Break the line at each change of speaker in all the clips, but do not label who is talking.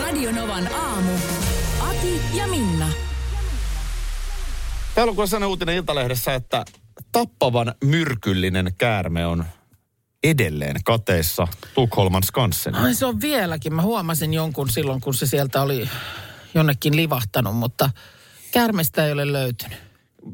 Radionovan aamu. Ati ja Minna.
Täällä on sellainen uutinen Iltalehdessä, että tappavan myrkyllinen käärme on edelleen kateissa Tukholman skansen.
Ai se on vieläkin. Mä huomasin jonkun silloin, kun se sieltä oli jonnekin livahtanut, mutta kärmestä ei ole löytynyt.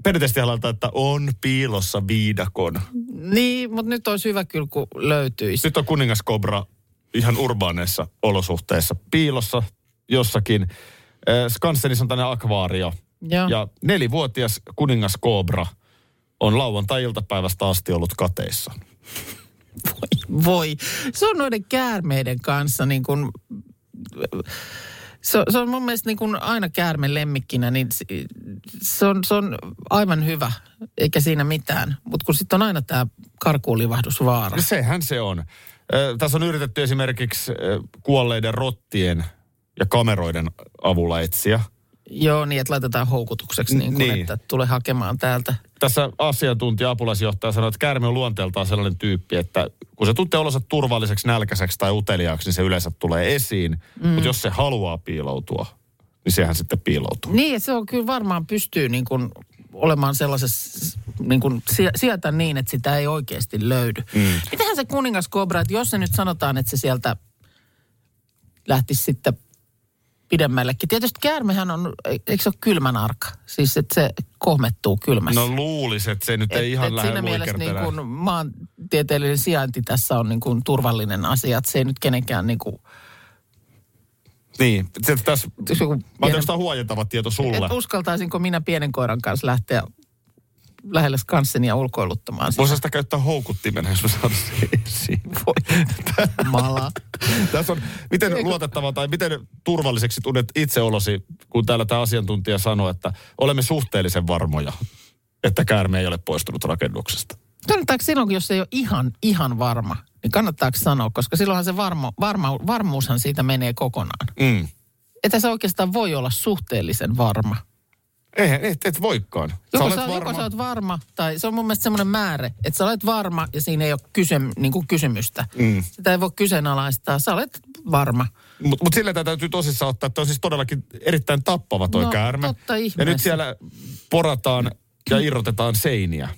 Perinteisesti halutaan, että on piilossa viidakon.
Niin, mutta nyt olisi hyvä kyllä, kun löytyisi.
Nyt on kuningaskobra ihan urbaaneissa olosuhteissa piilossa jossakin. Äh, Skansenissa on tänne akvaario.
Joo.
Ja nelivuotias kuningaskobra on lauantai-iltapäivästä asti ollut kateissa.
Voi, voi. Se on noiden käärmeiden kanssa niin kuin... Se, se on mun mielestä niin kuin aina käärme lemmikkinä, niin se- se on, se on aivan hyvä, eikä siinä mitään. Mutta kun sitten on aina tämä karkuulivahdusvaara.
No Sehän se on. Ö, tässä on yritetty esimerkiksi ö, kuolleiden rottien ja kameroiden avulla etsiä.
Joo, niin että laitetaan houkutukseksi, niin kuin,
Niin.
niin. että tule hakemaan täältä.
Tässä asiantuntija, apulaisjohtaja sanoi, että käärme on luonteeltaan sellainen tyyppi, että kun se tuntee olonsa turvalliseksi, nälkäiseksi tai uteliaaksi, niin se yleensä tulee esiin. Mm. Mutta jos se haluaa piiloutua, niin sehän sitten piiloutuu.
Niin, että se on kyllä varmaan pystyy niin kuin olemaan sellaisessa niin kuin sie- sieltä niin, että sitä ei oikeasti löydy. Mm. Mitähän se kuningas kobra, että jos se nyt sanotaan, että se sieltä lähtisi sitten pidemmällekin. Tietysti käärmehän on, e- eikö se ole kylmän arka? Siis että se kohmettuu kylmässä.
No luulisi, että se nyt ei
Et-
ihan
et
lähde
siinä mielessä niin
luikertelemaan.
kuin maantieteellinen sijainti tässä on niin kuin turvallinen asia, että se ei nyt kenenkään niin kuin,
Niin, se, tässä,
jos Siis joku
mä
pienen-
otan tämä huojentava tieto sulle.
Et uskaltaisinko minä pienen koiran kanssa lähteä lähelle skanssenia ulkoiluttamaan Siis sitä
Voisi sitä käyttää houkuttimena, jos mä saan sen esiin.
malaa.
Tässä on, miten luotettava tai miten turvalliseksi tunnet itse olosi, kun täällä tämä asiantuntija sanoi, että olemme suhteellisen varmoja, että käärme ei ole poistunut rakennuksesta.
Kannattaako silloin, kun jos ei ole ihan, ihan varma, niin kannattaako sanoa, koska silloinhan se varmo, varma, varmuushan siitä menee kokonaan.
Mm.
Että se oikeastaan voi olla suhteellisen varma.
Eihän, Eh, et, et voikaan.
Joko
olet
sä, varma. joko
varma.
sä oot varma, tai se on mun mielestä semmoinen määrä, että sä olet varma ja siinä ei ole kysym, niin kuin kysymystä. Mm. Sitä ei voi kyseenalaistaa. Sä olet varma.
Mutta mut sillä tää täytyy tosissaan ottaa, että on siis todellakin erittäin tappava toi
No,
käärme.
totta
ja
ihmeessä.
nyt siellä porataan ja irrotetaan seiniä,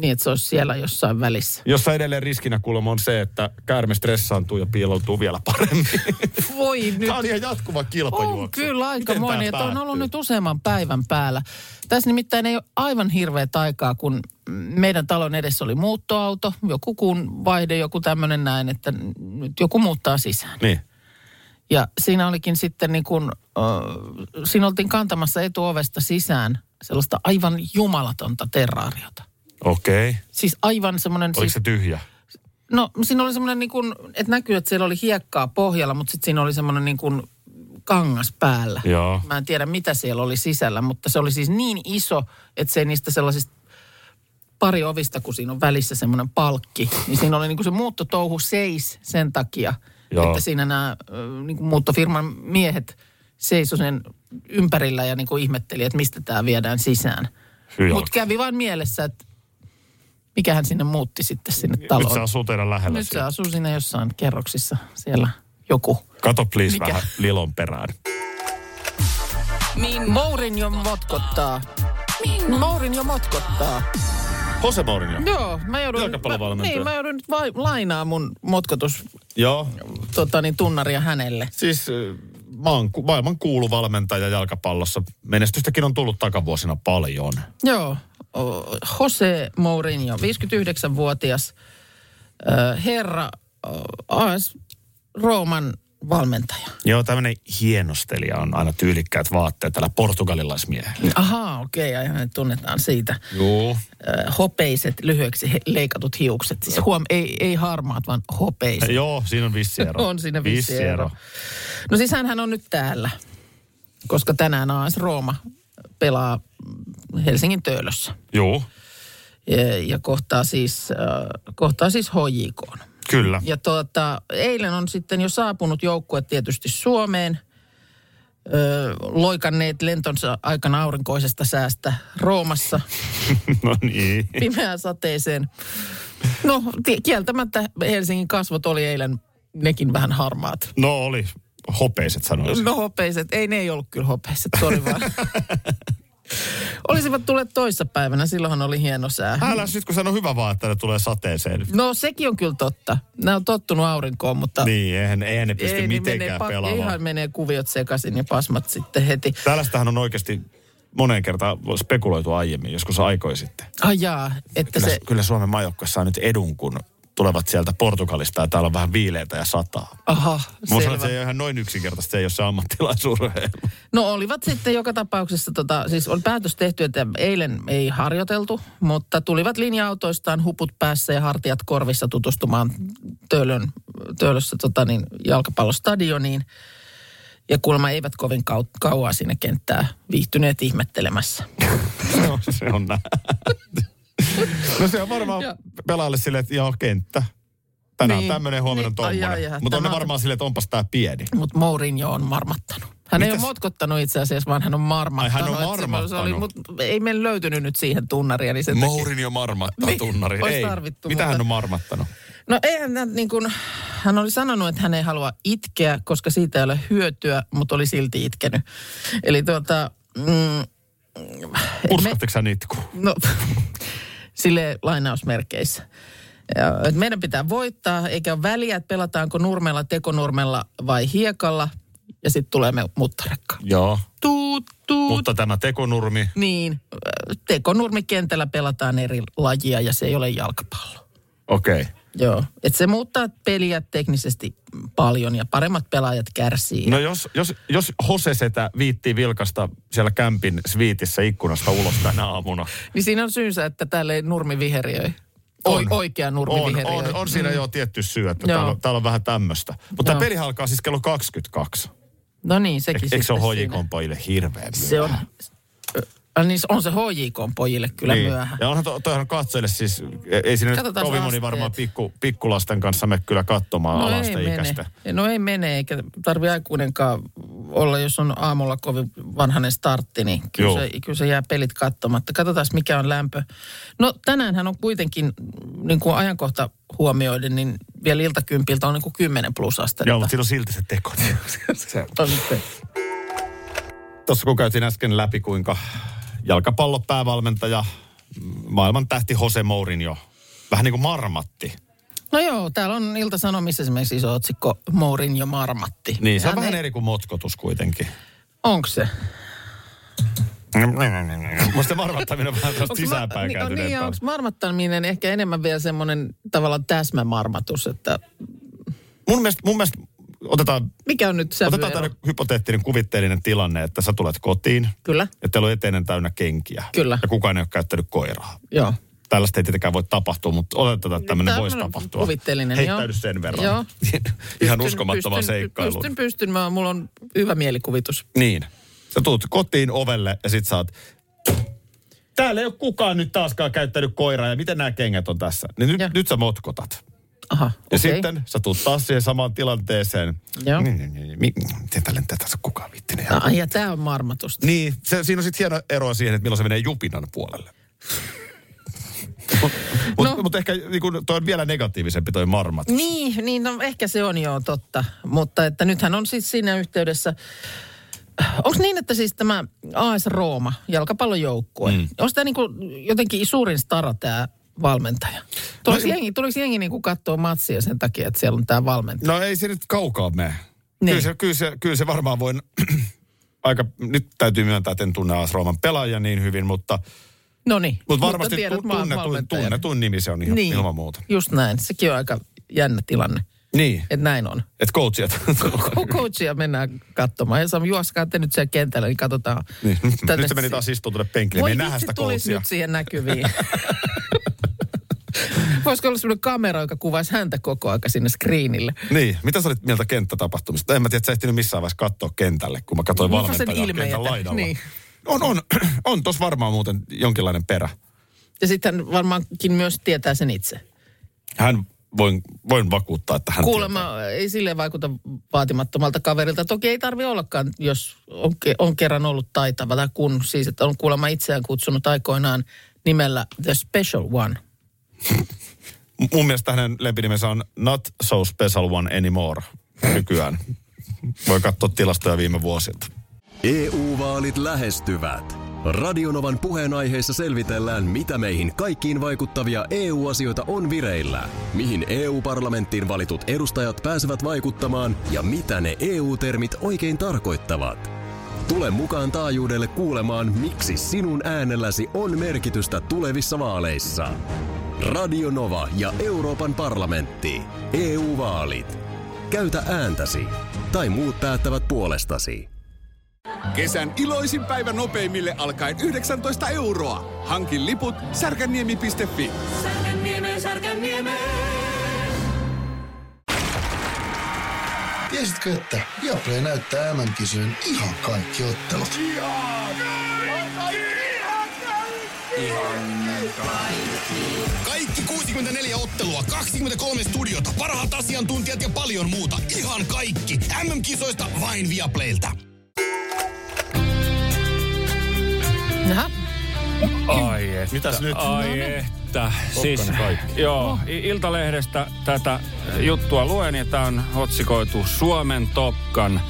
Niin, että se olisi siellä jossain välissä.
jossa edelleen riskinä kuulemma on se, että käärme stressaantuu ja piiloutuu vielä paremmin.
Voi nyt.
Tämä on ihan jatkuva kilpajuoksu.
On kyllä
Miten
aikamoinen,
tää
että on ollut
päättyy?
nyt useamman päivän päällä. Tässä nimittäin ei ole aivan hirveä aikaa, kun meidän talon edessä oli muuttoauto, joku kuun vaihde, joku tämmöinen näin, että nyt joku muuttaa sisään.
Niin.
Ja siinä olikin sitten niin kuin, äh, siinä oltiin kantamassa etuovesta sisään sellaista aivan jumalatonta terraariota.
Okei. Okay.
Siis aivan semmoinen...
Oliko
Siis,
se tyhjä?
No siinä oli semmoinen niin kuin, että näkyy, että siellä oli hiekkaa pohjalla, mutta sitten siinä oli semmoinen niin kuin kangas päällä.
Joo.
Mä en tiedä, mitä siellä oli sisällä, mutta se oli siis niin iso, että se ei niistä sellaisista pari ovista, kun siinä on välissä semmoinen palkki, niin siinä oli niin kuin se muuttotouhu seis sen takia,
Joo.
Joo. että siinä nämä ö, niin kuin muuttofirman miehet seisoi sen ympärillä ja niin kuin ihmetteli, että mistä tämä viedään sisään.
Hyvä.
Mutta kävi vain mielessä, että mikähän sinne muutti sitten sinne taloon.
Nyt se asuu teidän lähellä.
Nyt se
siellä.
asuu siinä jossain kerroksissa siellä joku.
Kato please
Mikä?
vähän lilon perään.
Minna.
Mourin jo motkottaa.
Minna.
Mourin No, jo motkottaa.
Jose Mourinho.
Joo, mä joudun, mä,
Jalkapallovalmentaja.
niin, mä joudun nyt vai, lainaa mun motkotus
Joo.
tota, niin, tunnaria hänelle.
Siis äh, maan, ku- maailman kuulu valmentaja jalkapallossa. Menestystäkin on tullut takavuosina paljon.
Joo, o, Jose Mourinho, 59-vuotias ö, herra ö, AS Rooman valmentaja?
Joo, tämmöinen hienostelija on aina tyylikkäät vaatteet tällä portugalilaismiehellä.
Ahaa, okei, okay, hänet tunnetaan siitä.
Joo.
Ö, hopeiset, lyhyeksi he- leikatut hiukset. Siis huom, ei, ei harmaat, vaan hopeiset.
Joo, siinä on vissi ero.
On siinä vissi ero. No siis hänhän on nyt täällä, koska tänään AS Rooma pelaa mm, Helsingin töölössä.
Joo,
Ja, ja kohtaa siis, äh, kohtaa siis HJK.
kyllä.
Ja tuota, eilen on sitten jo saapunut joukkue tietysti Suomeen. Öö, loikanneet lentonsa aikana aurinkoisesta säästä Roomassa
no niin.
pimeään sateeseen. No ti- kieltämättä Helsingin kasvot oli eilen nekin vähän harmaat.
No oli hopeiset sanoisin.
No hopeiset, ei ne ei ollut kyllä hopeiset, sori vaan. Olisivat tulleet toissapäivänä, silloinhan oli hieno sää.
Älä nyt kun sano hyvä vaan, että ne tulee sateeseen.
No sekin on kyllä totta. Nämä on tottunut aurinkoon, mutta
Niin, eihän, eihän ne pysty
ei, niin menee,
mitenkään
pa-
pelaamaan.
ihan menee kuviot sekaisin ja pasmat sitten heti.
Tällaistähän on oikeasti moneen kertaan spekuloitu aiemmin, joskus aikoi sitten.
Ai jaa, että
Kyllä,
se,
se... kyllä Suomen maajoukkue saa nyt edun, kun tulevat sieltä Portugalista ja täällä on vähän viileitä ja sataa.
aha,
Mä sanon,
selvä.
että se ei ole ihan noin yksinkertaista, se ei ole se ammattilaisurheilu.
No olivat sitten joka tapauksessa, tota, siis on päätös tehty, että eilen ei harjoiteltu, mutta tulivat linja-autoistaan huput päässä ja hartiat korvissa tutustumaan Töölön, Töölössä tota, niin, jalkapallostadioniin. Ja kuulemma eivät kovin kau- kauaa sinne kenttää viihtyneet ihmettelemässä.
se, on, se on näin. no se on varmaan
Joo.
pelaajalle silleen, että joo, kenttä. Tänään
Niin.
niin. tämmöinen, huomenna
Niin.
niin.
Ai, ai,
tommoinen.
ai,
Mutta on ne
tämä on-
varmaan silleen, että onpas tää pieni.
Mutta Mourinho on marmattanut. Hän Mitäs? ei
Mitäs?
ole motkottanut itse asiassa, vaan hän on marmattanut.
Ai, hän on
Et se- Se oli,
marmattanut.
mut ei meillä löytynyt nyt siihen tunnaria, niin sen takia.
jo marmattaa
Niin, olisi tarvittu,
Mitä
mutta-
hän on marmattanut?
No eihän hän niin kuin, hän oli sanonut, että hän ei halua itkeä, koska siitä ei ole hyötyä, mutta oli silti itkenyt. Eli tuota, mm,
Purskatteko sä itku?
no, sille lainausmerkeissä. Ja, et meidän pitää voittaa, eikä ole väliä, että pelataanko nurmella, tekonurmella vai hiekalla. Ja sitten tulee me muttarekka.
Joo.
Tuut, tuut.
Mutta tämä tekonurmi,
Niin, äh, tekonurmikentällä pelataan eri lajia ja se ei ole jalkapallo.
okei. Okay.
Joo, et se muuttaa peliä teknisesti paljon ja paremmat pelaajat kärsii.
No jos, jos, jos Hose setä viittii vilkasta siellä kämpin sviitissä ikkunasta ulos tänä aamuna.
Niin siinä on syynsä, että täällä ei nurmi viheriöi. O- oikea Mm. nurmi
on,
viheriöi.
on, on siinä jo tietty syy, että
Joo.
täällä, on- täällä on vähän tämmöistä. Mutta
Joo.
tämä peli alkaa siis kello 22.
No niin, sekin
Eikö se
sitten
ole
siinä.
hoikon pojille hirveän
Se on, Ö, niin on se HJK pojille kyllä niin. myöhään.
Ja onhan to, toihan katsojille siis, ei siinä nyt
Katsotaan
kovin moni
asteet.
varmaan pikku, pikkulasten kanssa me kyllä katsomaan
No ei,
alasteikäistä.
mene. no ei mene, eikä tarvi aikuinenkaan olla, jos on aamulla kovin vanhanen startti, niin kyllä,
Joo.
se, kyllä se jää pelit katsomatta. Katsotaan, mikä on lämpö. No tänäänhän on kuitenkin, niin kuin ajankohta huomioiden, niin vielä iltakympiltä on niin kuin 10 plus astetta.
Joo, mutta siinä on silti se teko. se,
On se.
tuossa kun käytiin äsken läpi, kuinka jalkapallopäävalmentaja, mm, maailman tähti Jose Mourinho, vähän niin kuin marmatti.
No joo, täällä on Ilta-Sanomissa esimerkiksi iso otsikko Mourinho Marmatti.
Niin, se on
Hän
vähän
ei-
eri kuin motkotus kuitenkin.
Onko se?
Musta marmattaminen on vähän tästä
Onks ma-
sisäänpäin
niin, on
kääntyneet
niin, ja
taas.
onks marmattaminen ehkä enemmän vielä semmoinen tavallaan täsmämarmatus, että
Mun mielestä, mun mielestä otetaan,
mikä on nyt
otetaan
sävyero?
tämmöinen hypoteettinen kuvitteellinen tilanne, että sä tulet kotiin
Kyllä,
ja teillä on eteinen täynnä kenkiä.
Kyllä.
Ja kukaan ei ole käyttänyt koiraa.
joo.
Tällaista ei tietenkään voi tapahtua, mutta oletetaan, että tämmöinen
Tää
voisi
on
tapahtua.
kuvitteellinen,
Heittäydy
joo.
sen verran.
Joo.
Ihan
Pystyn-
uskomattomaan
pystyn-
seikkailuun.
Pystyn, pystyn. Mä, mulla on hyvä mielikuvitus.
Niin. Sä tuut kotiin ovelle ja sit sä oot, täällä ei ole kukaan nyt taaskaan käyttänyt koiraa ja miten nämä kengät on tässä. Niin nyt,
Joo.
nyt sä motkotat.
Aha,
Ja
okei.
okay. sitten sä tuut taas siihen samaan tilanteeseen.
Joo.
Niin, niin, niin, niin. Miten tällä ei tässä ole kukaan viittinen? Ja.
Ai, ja tää on marmatusta.
Niin, se, siinä on sitten hieno ero siihen, että milloin se menee jupinan puolelle. Mutta no. mut ehkä niin kun, toi on vielä negatiivisempi toi marmat.
Niin, niin no ehkä se on joo totta, mutta että nythän on siis siinä yhteydessä. Onko niin, että siis tämä AS Rooma, jalkapallojoukkue, mm. onko tämä niinku jotenkin suurin stara tämä valmentaja? Tuliko no, jengi, tuliko jengi niinku katsoa matsia sen takia, että siellä on tämä valmentaja?
No ei se nyt kaukaa mene.
Niin.
Kyllä, se, kyllä, se, kyllä se varmaan voi... aika, nyt täytyy myöntää, että en tunne AS Rooman pelaajia niin hyvin, mutta,
No niin,
mutta varmasti
tiedät
tu-
maan
tunnetuin,
valmentajan. Niin.
tunnetun nimi se on ihan niin. ilman muuta.
Just näin, sekin on aika jännä tilanne.
Niin,
Että näin on.
että coachia.
Coachia mennään katsomaan. Ja Sam, juoskaa te nyt siellä kentällä, niin katsotaan.
niin.
Tätä-
Nyt se meni taas istuun tuonne penkille. Me
Voi
ei nähdä
vitsi,
sitä
tulisi
coachia.
nyt siihen näkyviin. Voisiko olla sellainen kamera, joka kuvaisi häntä koko aika sinne screenille?
Niin, mitä sä olit mieltä kenttätapahtumista? En mä tiedä, että sä ehtinyt missään vaiheessa katsoa kentälle, kun mä katsoin
Mulla on sen
valmentajaa
ilme
kentän
jätä.
laidalla.
Niin.
On, on, on tos varmaan muuten jonkinlainen perä.
Ja sitten hän varmaankin myös tietää sen itse.
Hän, voin, voin vakuuttaa, että hän tietää.
Kuulemma ei sille vaikuta vaatimattomalta kaverilta. Toki ei tarvi ollakaan, jos on, ke- on kerran ollut taitava tai kun siis, että on kuulemma itseään kutsunut aikoinaan nimellä The Special One.
M- Mun mielestä hänen lempinimensä on Not So Special One Anymore nykyään. Voi katsoa tilastoja viime vuosilta.
EU-vaalit E lähestyvät. Radionovan puheenaiheessa selvitellään, mitä meihin kaikkiin vaikuttavia EU-asioita on vireillä, mihin EU-parlamenttiin valitut edustajat pääsevät vaikuttamaan ja mitä ne EU-termit oikein tarkoittavat. Tule mukaan taajuudelle kuulemaan, miksi sinun äänelläsi on merkitystä tulevissa vaaleissa. Radio Nova ja Euroopan parlamentti. EU-vaalit. Käytä ääntäsi. Tai muut päättävät puolestasi.
Kesän iloisin päivä nopeimille alkaen 19 euroa. Hankin liput särkänniemi.fi.
Tiesitkö, että Viaplay näyttää MM-kisojen ihan kaikki ottelut?
Kaikki 64 ottelua, 23 studiota, parhaat asiantuntijat ja paljon muuta. Ihan kaikki. MM-kisoista vain Viaplaylta.
Aha.
Ai että.
Mitäs nyt?
Ai että. Siis,
kaikki?
joo, I- Iltalehdestä tätä juttua luen ja tämä on otsikoitu Suomen Topkan.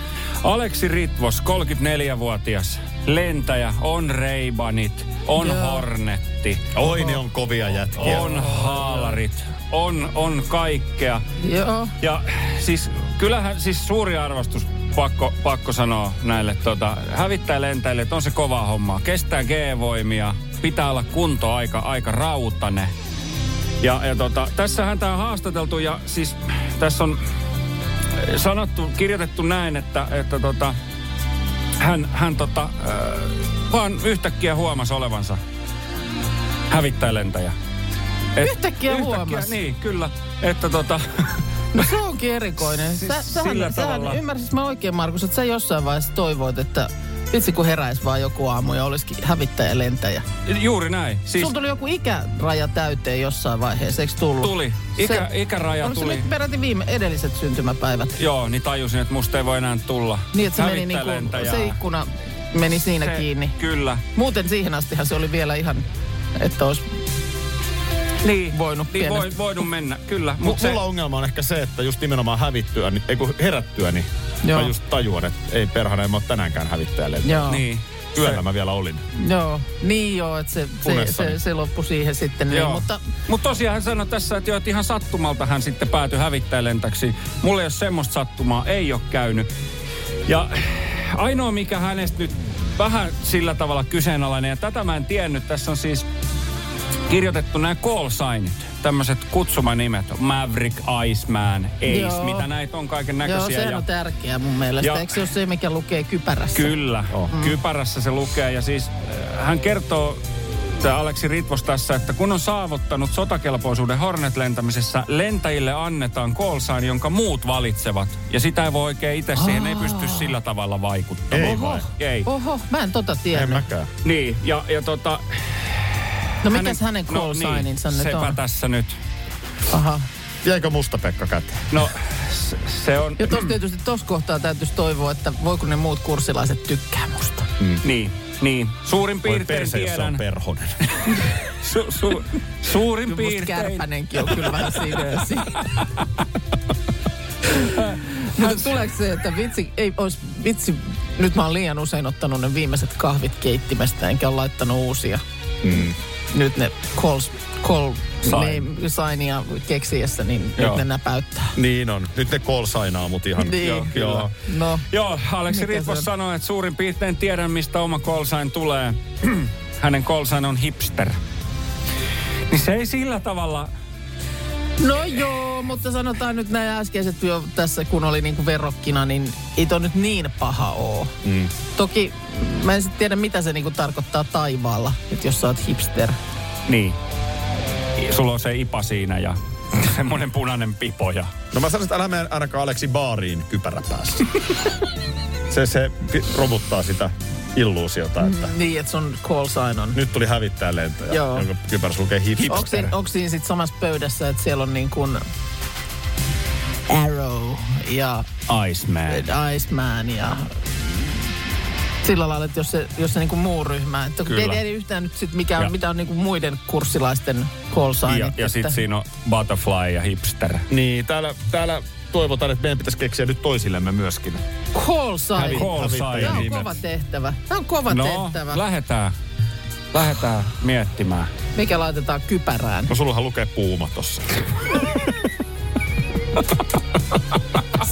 Aleksi Ritvos, 34-vuotias, lentäjä, on reibanit, on hornetti,
Oi, ne on kovia jätkiä.
on haalarit, on, on kaikkea.
Joo.
Ja siis kyllähän siis suuri arvostus pakko, pakko sanoa näille tota, hävittäjälentäjille, että on se kova homma. Kestää G-voimia, pitää olla kunto aika, aika rautane. Ja, ja tota, tässähän tämä on haastateltu ja siis tässä on sanottu, kirjoitettu näin, että, että tota, hän, hän tota, äh, vaan yhtäkkiä huomasi olevansa hävittäjälentäjä. Et,
Yhtäkkiä huomasi.
Niin, kyllä. Että tota,
No se onkin erikoinen. Sä,
Siis
siis sähän,
sillä
sähän
tavalla.
ymmärsis mä oikein, Markus, että sä jossain vaiheessa toivoit, että vitsi kun heräis vaan joku aamu ja olisikin hävittäjä lentäjä.
Juuri näin.
Siis...
Siis
Sulla tuli joku ikäraja täyteen jossain vaiheessa, eikö tullut?
tuli. Ikä, ikäraja
Oliko se
tuli.
nyt peräti viime edelliset syntymäpäivät?
Joo, niin tajusin, että musta ei voi enää tulla.
Niin, että se meni niinku,
Hävittäjälentäjää.
se ikkuna meni siinä
Se-
kiinni.
Kyllä.
Muuten siihen astihan se oli vielä ihan, että olisi
Niin,
voinut
niin
pienestä.
voi, voinut mennä, kyllä.
Mut
Mutta
se...
se,
Mulla ongelma on ehkä se, että just nimenomaan hävittyä, niin, ei kun herättyä, niin
Joo.
mä just tajuan, että ei perhana, en mä oo tänäänkään hävittäjälle.
Joo, niin.
niin.
Yöllä mä vielä olin.
joo, niin joo, että se, se,
Unessani.
se, se loppui siihen sitten. Niin,
Joo.
mutta
Mut tosiaan hän sanoi tässä, että, joo, että ihan sattumalta hän sitten päätyi hävittäjälentäksi. Mulla ei ole semmoista sattumaa, ei ole käynyt. Ja ainoa mikä hänestä nyt vähän sillä tavalla kyseenalainen, ja tätä mä en tiennyt, tässä on siis kirjoitettu nämä call signit, tämmöiset kutsumanimet, Maverick, Iceman, Ace,
Joo.
Joo. mitä näitä on kaiken
joo,
näköisiä.
sehän on tärkeää mun mielestä.
Ja-
Eikö se ole se, mikä lukee kypärässä?
Kyllä, mm. kypärässä se lukee. Ja siis äh, hän kertoo, tämä Aleksi Ritvos tässä, että kun on saavuttanut sotakelpoisuuden Hornet-lentämisessä, lentäjille annetaan call sign, jonka muut valitsevat. Ja sitä ei voi oikein itse, siihen ei pysty sillä tavalla vaikuttamaan.
Ei vai?
Ei.
Oho, mä en tota
En
tiennyt.
mäkään.
Niin, ja, ja tota...
No mikäs hänen call signinsa nyt
niin, sepä
on?
tässä nyt.
Aha.
Jäikö musta Pekka käteen?
No, s- se on...
Ja tos tietysti tos kohtaa täytyisi toivoa, että voiko ne muut kurssilaiset tykkää musta.
Niin, niin. Suurin
Voi
piirtein
perse, jos se on
tiedän.
perhonen.
Su, su, suurin
Musta
piirtein
kärpänenkin on kyllä vähän siinä. siinä. Mutta tuleeko se, että vitsi, ei olisi, vitsi, nyt mä oon liian usein ottanut ne viimeiset kahvit keittimestä, enkä ole laittanut uusia. Mm. Nyt ne calls, call
Sign.
name, signia keksiessä, niin Joo.
Joo.
nyt ne näpäyttää.
niin on. Nyt ne call sainaa mut ihan.
Niin,
Joo,
kyllä.
Joo.
No,
Joo, Aleksi
Mikä se
Ritvos
on?
sanoi, että suurin piirtein tiedän, mistä oma call sign tulee. Hänen call sign on hipster. Niin se ei sillä tavalla
No joo, mutta sanotaan nyt nämä äskeiset jo tässä, kun oli niinku verokkina, niin ei toi nyt niin paha oo. Mm. Toki mä en sitten tiedä, mitä se niinku tarkoittaa taivaalla, että jos sä oot hipster.
Niin. Sulla on se ipa siinä ja semmoinen punainen pipo ja...
No mä sanoisin, että älä mene ainakaan Aleksi baariin kypärä päässä. se, se pi- romuttaa sitä illuusiota, että
Niin, että sun call sign
Niin,
on.
nyt tuli hävittää lentoja,
Mm. Joo.
jonka kypärä lukee
Onko
hipster.
siinä, onko siinä sit samassa pöydässä, että siellä on niin kuin Arrow ja
Iceman.
Iceman ja sillä lailla, että jos se, jos se niin kuin muu ryhmä. Että kun
Kyllä.
ei tiedä yhtään nyt sit mikä on,
Ja-
mitä on niin kuin muiden kurssilaisten call sign.
Ja, ja sitten siinä on Butterfly ja Hipster.
Niin, täällä, täällä toivotaan, että meidän pitäisi keksiä nyt toisillemme myöskin.
Call sign. Tämä
Call sign.
on kova tehtävä. Tämä on kova
No,
tehtävä.
lähetään. Lähetään miettimään.
mikä laitetaan kypärään?
No sullahan lukee puuma tossa.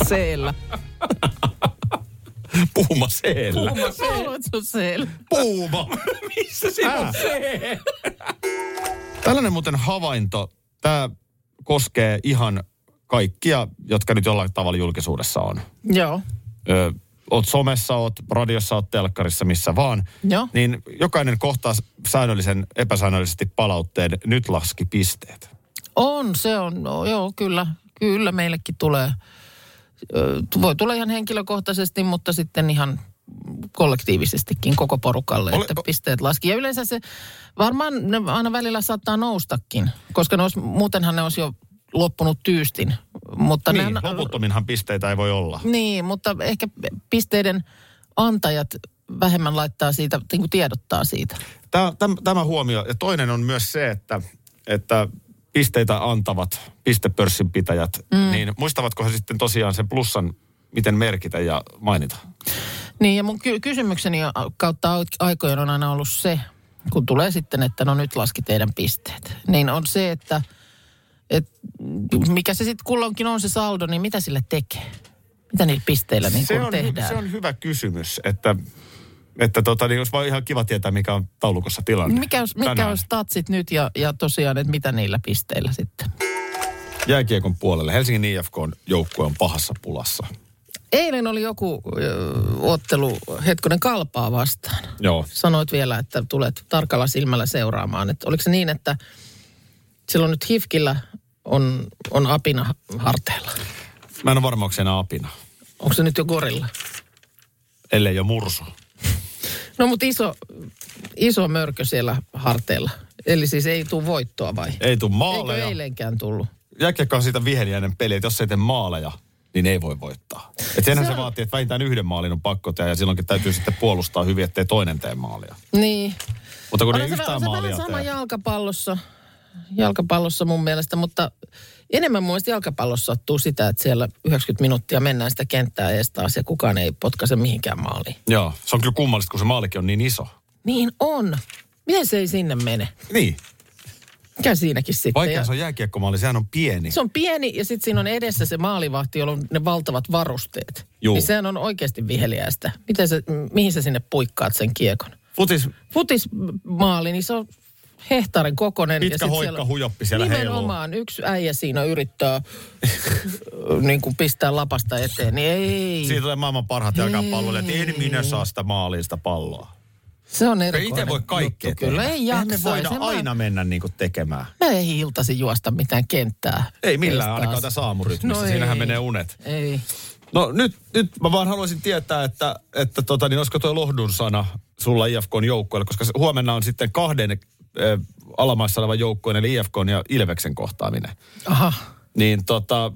Seellä.
Puuma seellä.
Mä luulen, että se on seellä.
Puuma.
Missä siinä on
Tällainen muuten havainto, tämä koskee ihan kaikkia, jotka nyt jollain tavalla julkisuudessa on.
Joo.
Ö, oot somessa, oot radiossa, oot telkkarissa, missä vaan.
Joo.
Niin jokainen kohtaa säännöllisen, epäsäännöllisesti palautteen, nyt laski pisteet.
On, se on. No, joo, kyllä. Kyllä meillekin tulee. Ö, Voi tulla ihan henkilökohtaisesti, mutta sitten ihan kollektiivisestikin koko porukalle,
Ole-
Ole, että pisteet laski. Ja yleensä se varmaan ne aina välillä saattaa noustakin, koska ne olisi, muutenhan ne olisi jo loppunut tyystin. Mutta
Niin,
ne,
loputtominhan pisteitä ei voi olla.
Niin, mutta ehkä pisteiden antajat vähemmän laittaa siitä, niin kuin tiedottaa siitä.
Tämä, täm- tämä huomio. Ja toinen on myös se, että, että pisteitä antavat pistepörssin pitäjät, mm. niin muistavatko he sitten tosiaan sen plussan, miten merkitä ja mainita?
Niin, ja mun ky- kysymykseni on- kautta au- aikojen on aina ollut se, kun tulee sitten, että no nyt laski teidän pisteet. Niin on se, että et, mikä se sitten kulloinkin on se saldo, niin mitä sille tekee? Mitä niillä pisteillä niin
se,
kun
on,
tehdään?
se on hyvä kysymys, että, että tota, niin olisi vaan ihan kiva tietää, mikä on taulukossa tilanne.
Niin Mikä, on, mikä
tänään.
on statsit nyt ja, ja tosiaan, että mitä niillä pisteillä sitten?
Jääkiekon puolelle. Helsingin IFK on joukkue on pahassa pulassa.
Eilen oli joku ö, ottelu, hetkonen kalpaa vastaan.
Joo.
Sanoit vielä, että tulet tarkalla silmällä seuraamaan. Että oliko se niin, että silloin nyt HIFKillä on, on apina harteilla?
Mä en ole varma, onko se enää apina,
Onko se nyt jo gorilla?
ellei jo mursu.
No mutta iso, iso mörkö siellä harteilla. Eli siis ei tule voittoa vai?
Ei tule
Eikö
maaleja.
eilenkään tullut?
jääkiekko on siitä viheliäinen peli, että jos ei tee maaleja, niin ei voi voittaa. Et senhän se, se vaatii, että vähintään yhden maalin on pakko tehdä ja silloinkin täytyy sitten puolustaa hyvin, ettei toinen tee maalia.
Niin.
Mutta kun ei
se, vähän-
yhtään
se vähän
maalia
sama
tee.
jalkapallossa, jalkapallossa mun mielestä, mutta enemmän mun mielestä jalkapallossa sattuu sitä, että siellä 90 minuuttia mennään sitä kenttää ees taas ja kukaan ei potkaise mihinkään maaliin.
Joo, se on kyllä kummallista, kun se maalikin on niin iso.
Niin on. Miten se ei sinne mene?
Niin,
Mikä siinäkin sitten?
vaikea
Ja-
se on jääkiekkomaali, sehän on pieni.
se on pieni ja sitten siinä on edessä se maalivahti, jolla on ne valtavat varusteet.
Juu.
Niin sehän on oikeasti viheliäistä. Miten se, mihin sä sinne puikkaat sen kiekon?
Futis,
futismaali, niin se on hehtaarin kokoinen.
Pitkä
ja sit
hoikka
on-
hujoppi siellä
Nimenomaan yksi äijä siinä yrittää niin kuin pistää lapasta eteen, niin ei.
siitä tulee maailman parhaat
Niin.
jalkapalloilijat, en minä saa sitä maalista palloa.
se on
Ei
erikoinen
itse voi kaikkea
juttu, Kyllä
tehdä.
ei jaksa.
Eihän me voida
Sen
aina mennä niinku tekemään.
Mä, mä ei iltasi juosta mitään kenttää.
Ei millään
Ees taas.
ainakaan tässä aamurytmissä,
No
siinähän
ei.
menee unet.
Ei.
No nyt, nyt mä vaan haluaisin tietää, että, että tota, niin olisiko tuo lohdun sana sulla IFKn joukkueelle, koska se- huomenna on sitten kahden äh, alamaissa olevan joukkueen, eli IFKn ja Ilveksen kohtaaminen.
Aha.
Niin tota,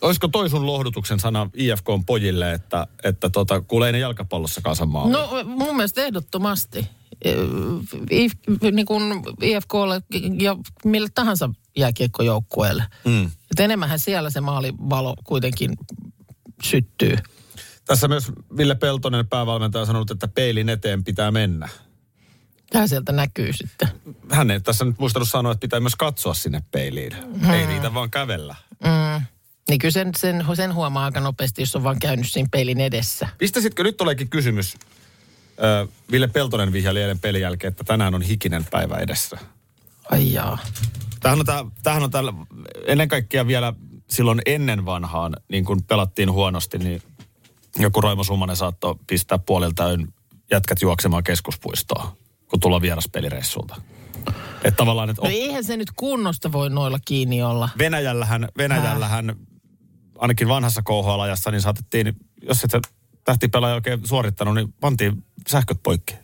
olisiko toi sun lohdutuksen sana IFKn pojille, että, että tota, kuulee ne jalkapallossa kasamaa?
No mun mielestä ehdottomasti. Ö, if, niin kuin IFKlle ja mille tahansa jääkiekkojoukkueelle. Mm. Et enemmänhän siellä se maalivalo kuitenkin syttyy.
Tässä myös Ville Peltonen päävalmentaja on sanonut, että peilin eteen pitää mennä.
Tämä sieltä näkyy sitten.
Hän ei tässä nyt muistanut sanoa, että pitää myös katsoa sinne peiliin. Ei niitä vaan kävellä.
Niin kyllä sen, sen, sen huomaa aika nopeasti, jos on vaan käynyt siinä peilin edessä.
Pistäisitkö, nyt oleekin kysymys, ö, Ville Peltonen vihjaili eilen pelin jälkeen, että tänään on hikinen päivä edessä.
Ai jaa.
Tämähän on, tää, tämähän on täällä ennen kaikkea vielä silloin ennen vanhaan, niin kun pelattiin huonosti, niin joku Raimo Summanen saattoi pistää puoliltäyn jätkät juoksemaan keskuspuistoa, kun tullaan vieraspelireissulta. Että tavallaan, että
No
op,
eihän se nyt kunnosta voi noilla kiinni olla.
Venäjällähän, Venäjällähän ainakin vanhassa KHL-ajassa, niin saatettiin, jos et sä tähtipelaaja oikein suorittanut, niin pantiin sähköt poikki.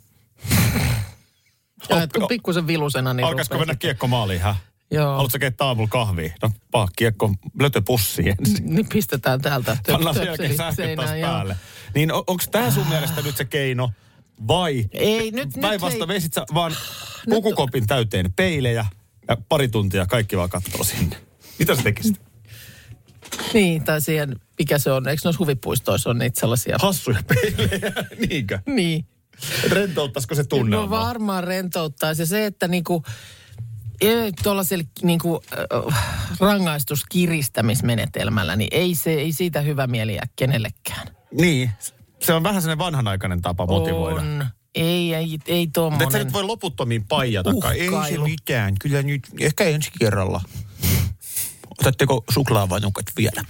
Ja et
Oppi-
kun pikkusen vilusena, niin
Alkaisiko
rupeaa
mennä
sitten-
kiekko maaliin, hä?
Joo.
Haluatko keittää aamulla kahvia? No, paha kiekko, lötö pussiin ensin.
Niin pistetään täältä. Töp,
Pannaan sen
töp,
jälkeen
eli
sähköt taas
seinään, joo.
päälle. Niin on, onko tämä sun mielestä nyt se keino? Vai
Ei, nyt- nyt
päinvasta
ei-
veisit sä vaan pukukopin täyteen peilejä ja pari tuntia kaikki vaan katsoo sinne. Mitä sä tekisit?
Niin, tai siihen, mikä se on. Eikö noissa huvipuistoissa on niitä sellaisia?
Hassuja peilejä, niinkö?
niin.
Rentouttaisiko se
No
tunnelmaa?
varmaan rentouttaa. Se se, että niinku, ei tuollaisella niinku, äh, rangaistuskiristämismenetelmällä, niin ei, se, ei siitä hyvä mieli jää kenellekään.
Niin. Se on vähän sellainen vanhanaikainen tapa motivoida.
On. Ei, ei, ei
Mutta et sä
tuommoinen.
nyt voi loputtomiin paijatakaan. Ei se
Uhkailu.
mitään. Kyllä nyt, ehkä ensi kerralla. Otatteko suklaavanukat vielä?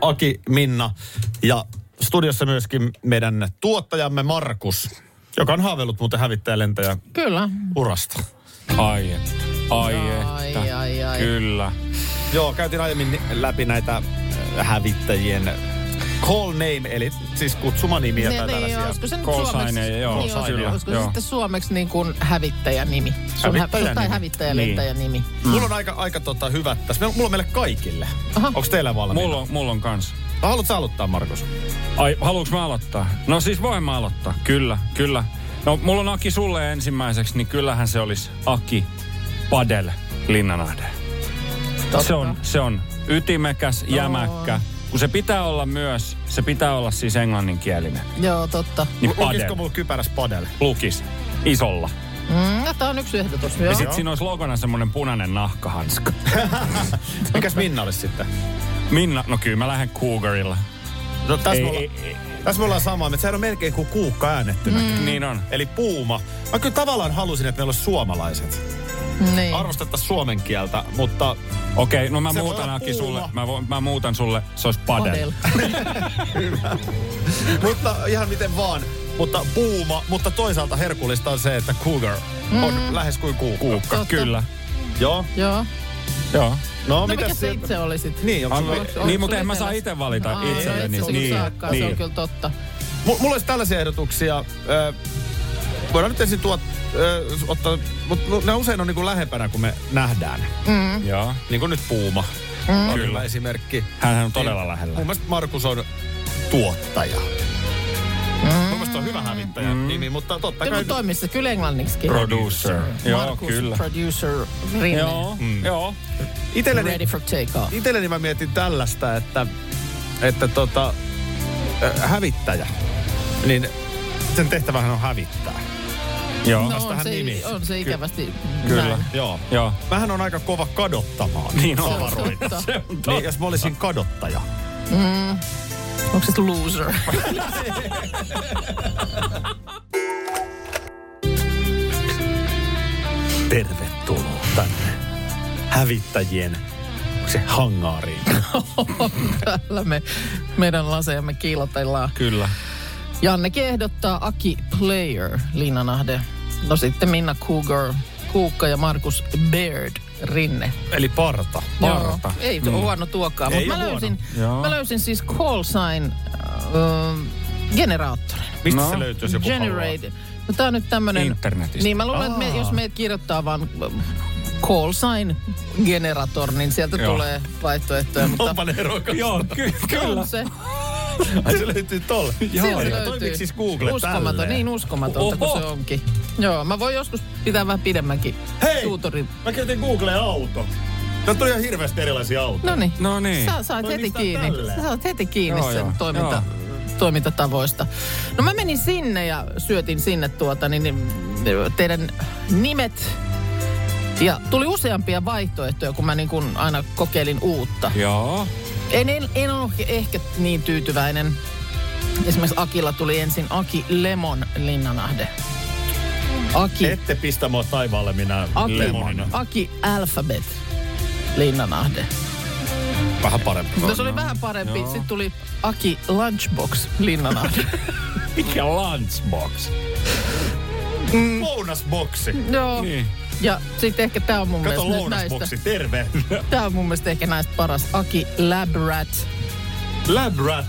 Aki, Minna ja studiossa myöskin meidän tuottajamme Markus, joka on haaveillut muuten hävittäjälentäjä
Kyllä.
urasta.
Ai että. Ai,
Ai,
että.
ai, ai.
Kyllä.
Joo, käytiin aiemmin ni- läpi näitä äh, hävittäjien call name, eli siis kutsumanimiä tai
Ne,
tällaisia.
niin, olisiko se nyt
Call
suomeksi?
signeja, joo,
niin, olisiko,
kyllä,
olisiko se
joo.
sitten suomeksi niin kuin hävittäjänimi? Sun
Hävittäjänimi.
Hä, tai hävittäjälentäjänimi. Niin.
Mulla on aika, aika tota, hyvät tässä. Me- Mulla on meille kaikille.
Aha.
Onko teillä valmiina?
Mulla on, mulla on kans.
Haluatko sä aloittaa, Markus?
Niin, Ai, haluuks mä aloittaa? No siis voin mä aloittaa. Kyllä, kyllä. No mulla on Aki sulle ensimmäiseksi, niin kyllähän se olisi Aki Padel Linnanahde. Se on, se on ytimekäs, jämäkkä. Kun se pitää olla myös, se pitää olla siis englanninkielinen.
Joo, totta.
Niin
Lukisiko
padel
mulla kypäräs padel?
lukis isolla.
Mm, no, tää on yksi ehdotus. Joo.
Ja sit siinä olisi logona semmonen punainen nahkahanska.
Mikäs
Tota-
Minnalle sitten?
Minna, no kyllä mä lähden Cougarilla.
No, tässä,
Ei,
me ollaan,
ei, ei.
tässä me ollaan samaa. mieltä. Sehän on melkein kuin kuukka äänettynä. Mm.
Niin on.
Eli puuma. Mä kyllä tavallaan halusin, että meillä olisi suomalaiset.
niin.
Arvostettaisiin suomen kieltä, mutta
Okei, no mä
Se voi
muutan
olla
Aki
puuma.
sulle. Mä, vo, mä muutan sulle, se olisi padel.
Padel.
Mutta ihan miten vaan. Mutta puuma, mutta toisaalta herkullista on se, että cougar on lähes kuin kuukka.
Kuukka,
Totta.
kyllä.
Joo.
Joo.
Joo.
No,
No, mikä
mitäs
sä
se...
itse olisit?
Niin, onko
Anna-
sulla...
onko
No, niin,
sulla
mutta en mä saa
itselläsi?
itse valita
Aa,
itselleni.
Itse kun
Niin,
saakkaan, se on
niin.
kyllä totta.
M- mulla olisi tällaisia ehdotuksia. Ö, voidaan nyt ensin tuot, ö, ottaa, mutta ne usein on niin kuin lähempänä kuin me nähdään.
Joo.
Niin kuin nyt puuma. Mm.
Kyllä.
Kyllä. esimerkki.
Hänhän on todella lähellä.
Mun mielestä Markus on tuottaja. Mm. Mun mielestä on hyvä hävittäjä mm. nimi, mutta totta
Kyllä
kai...
mun toimisi se kyllä englanniksikin.
Producer. Joo,
Markus,
kyllä. Mm.
producer, Rinne.
Joo, joo.
Itselleni
Ready for takeoff.
Itelleni mä mietin tällaista, että, että tota, äh, hävittäjä, niin sen tehtävähän on hävittää.
Joo.
No on
tähän nimi.
se, on se ikävästi
Kyllä.
näin.
Joo.
Joo.
Mähän on aika kova kadottamaan.
Niin on.
Tavaroita.
Totta.
Niin, jos mä olisin kadottaja.
Onko se loser?
Tervetuloa tänne hävittäjien se hangaariin.
Täällä me, meidän lasejamme kiilotellaan.
Kyllä.
Jannekin ehdottaa Aki Player, Liina Nahde. No sitten Minna Cougar, Kuukka ja Markus Baird, Rinne.
Eli parta.
Joo, ei mm. huono tuokaan,
Ei
mutta mä
oo huono.
löysin,
Joo.
mä löysin siis call sign äh, generaattorin.
Mistä
No.
se löytyy, jos joku haluaa?
Generate. No tää on nyt tämmönen...
Internetistä.
Niin mä luulen, että me, jos meidät kirjoittaa vaan äh, call sign generator, niin sieltä
Joo.
tulee vaihtoehtoja, mutta
Onpa nerokas.
Joo, ky- kyllä.
on se.
Ai se löytyy tolle.
Sieltä
ja
löytyy.
toimiiko siis Google
Uskomaton,
tälleen?
niin uskomatonta kuin
Oho.
se onkin. Joo, mä voin joskus pitää vähän pidemmänkin
Hei!
tuutorin.
Mä kirjoitin Googleen auto. Tässä tuli ihan hirveästi erilaisia autoja.
No niin.
No niin.
Sä saat
Voi
heti
pistää
kiinni.
tälleen.
Sä saat heti kiinni
Joo,
sen
joo,
toiminta, toimintatavoista. No mä menin sinne ja syötin sinne tuota, niin, niin teidän nimet. Ja tuli useampia vaihtoehtoja, kun mä niin kun aina kokeilin uutta.
Joo.
En, en, en ollut ehkä niin tyytyväinen. Esimerkiksi Akilla tuli ensin Aki Lemon Linnanahde. Aki,
Ette pistä mua taivaalle minä
Aki,
lemonina.
Aki Alphabet, Linnanahde.
Vähän parempi.
No se oli vähän parempi. Sitten tuli Aki Lunchbox, Linnanahde.
Mikä lunchbox? Mm. Lounasboksi.
Joo.
Niin.
Ja sitten ehkä tämä on mun
Kato
mielestä nyt näistä.
lounasboksi, terve.
Tämä on mun mielestä ehkä näistä paras. Aki Labrat,
Lab rat.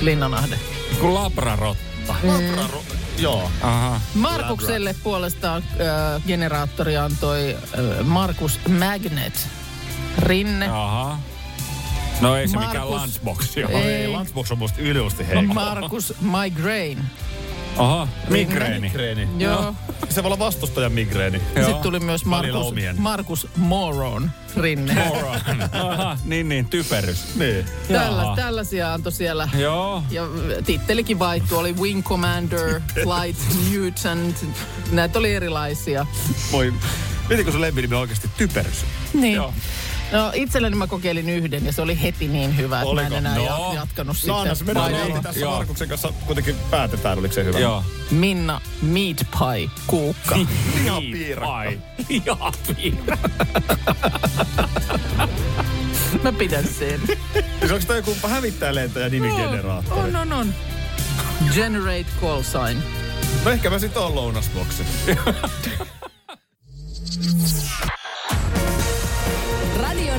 Linnanahde.
Kun labrarotta.
Labraro- Joo.
Aha.
Markukselle puolestaan äh, generaattori antoi äh, Markus Magnet. Rinne.
Aha. No ei se mikään
Markus.
lunchboxi
Ei.
ole.
Ei, lunchbox on musta ylivoimaisesti heikko.
No, Markus Migraine.
Aha.
Migreeni.
Migreeni.
Migreeni.
Joo.
Se voi olla vastustajan migreeni.
Sitten tuli myös
Välillä
Markus,
omien.
Markus Moron Rinne.
Aha, niin niin, typerys.
Niin.
Tällä,
Jaha.
tällaisia antoi siellä.
Joo.
Ja tittelikin vaihtui, oli Wing Commander, Flight Mutant, näitä oli erilaisia.
Voi. Mietin, kun sun lempinimi on oikeasti typerys.
Niin.
Joo.
No itselleni mä kokeilin yhden ja se oli heti niin hyvä, että
Oliko?
mä en enää
No.
ja- jatkanut
No anna se
sitten.
mennään
painoa.
läpi. Tässä
Joo.
Markuksen kanssa kuitenkin päätetään, oliko se hyvä.
Joo.
Minna Meat Pie Kuukka.
Ihan
Niin,
piirakka.
Joo, piirakka.
mä pidän sen.
Siis onko tämä joku hävittäjälentäjä nimigeneraattori?
On, on, on. Generate call sign.
No ehkä mä sit oon lounasboksi.
Radio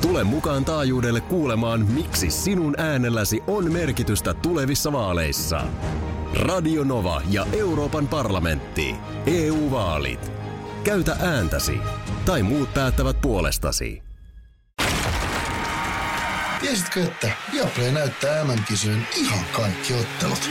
Tule mukaan taajuudelle kuulemaan, miksi sinun äänelläsi on merkitystä tulevissa vaaleissa. Radio Nova ja Euroopan parlamentti. EU-vaalit. Käytä ääntäsi. Tai muut päättävät puolestasi.
Tiesitkö, että Viaplay näyttää MM-kisojen ihan kaikki ottelut?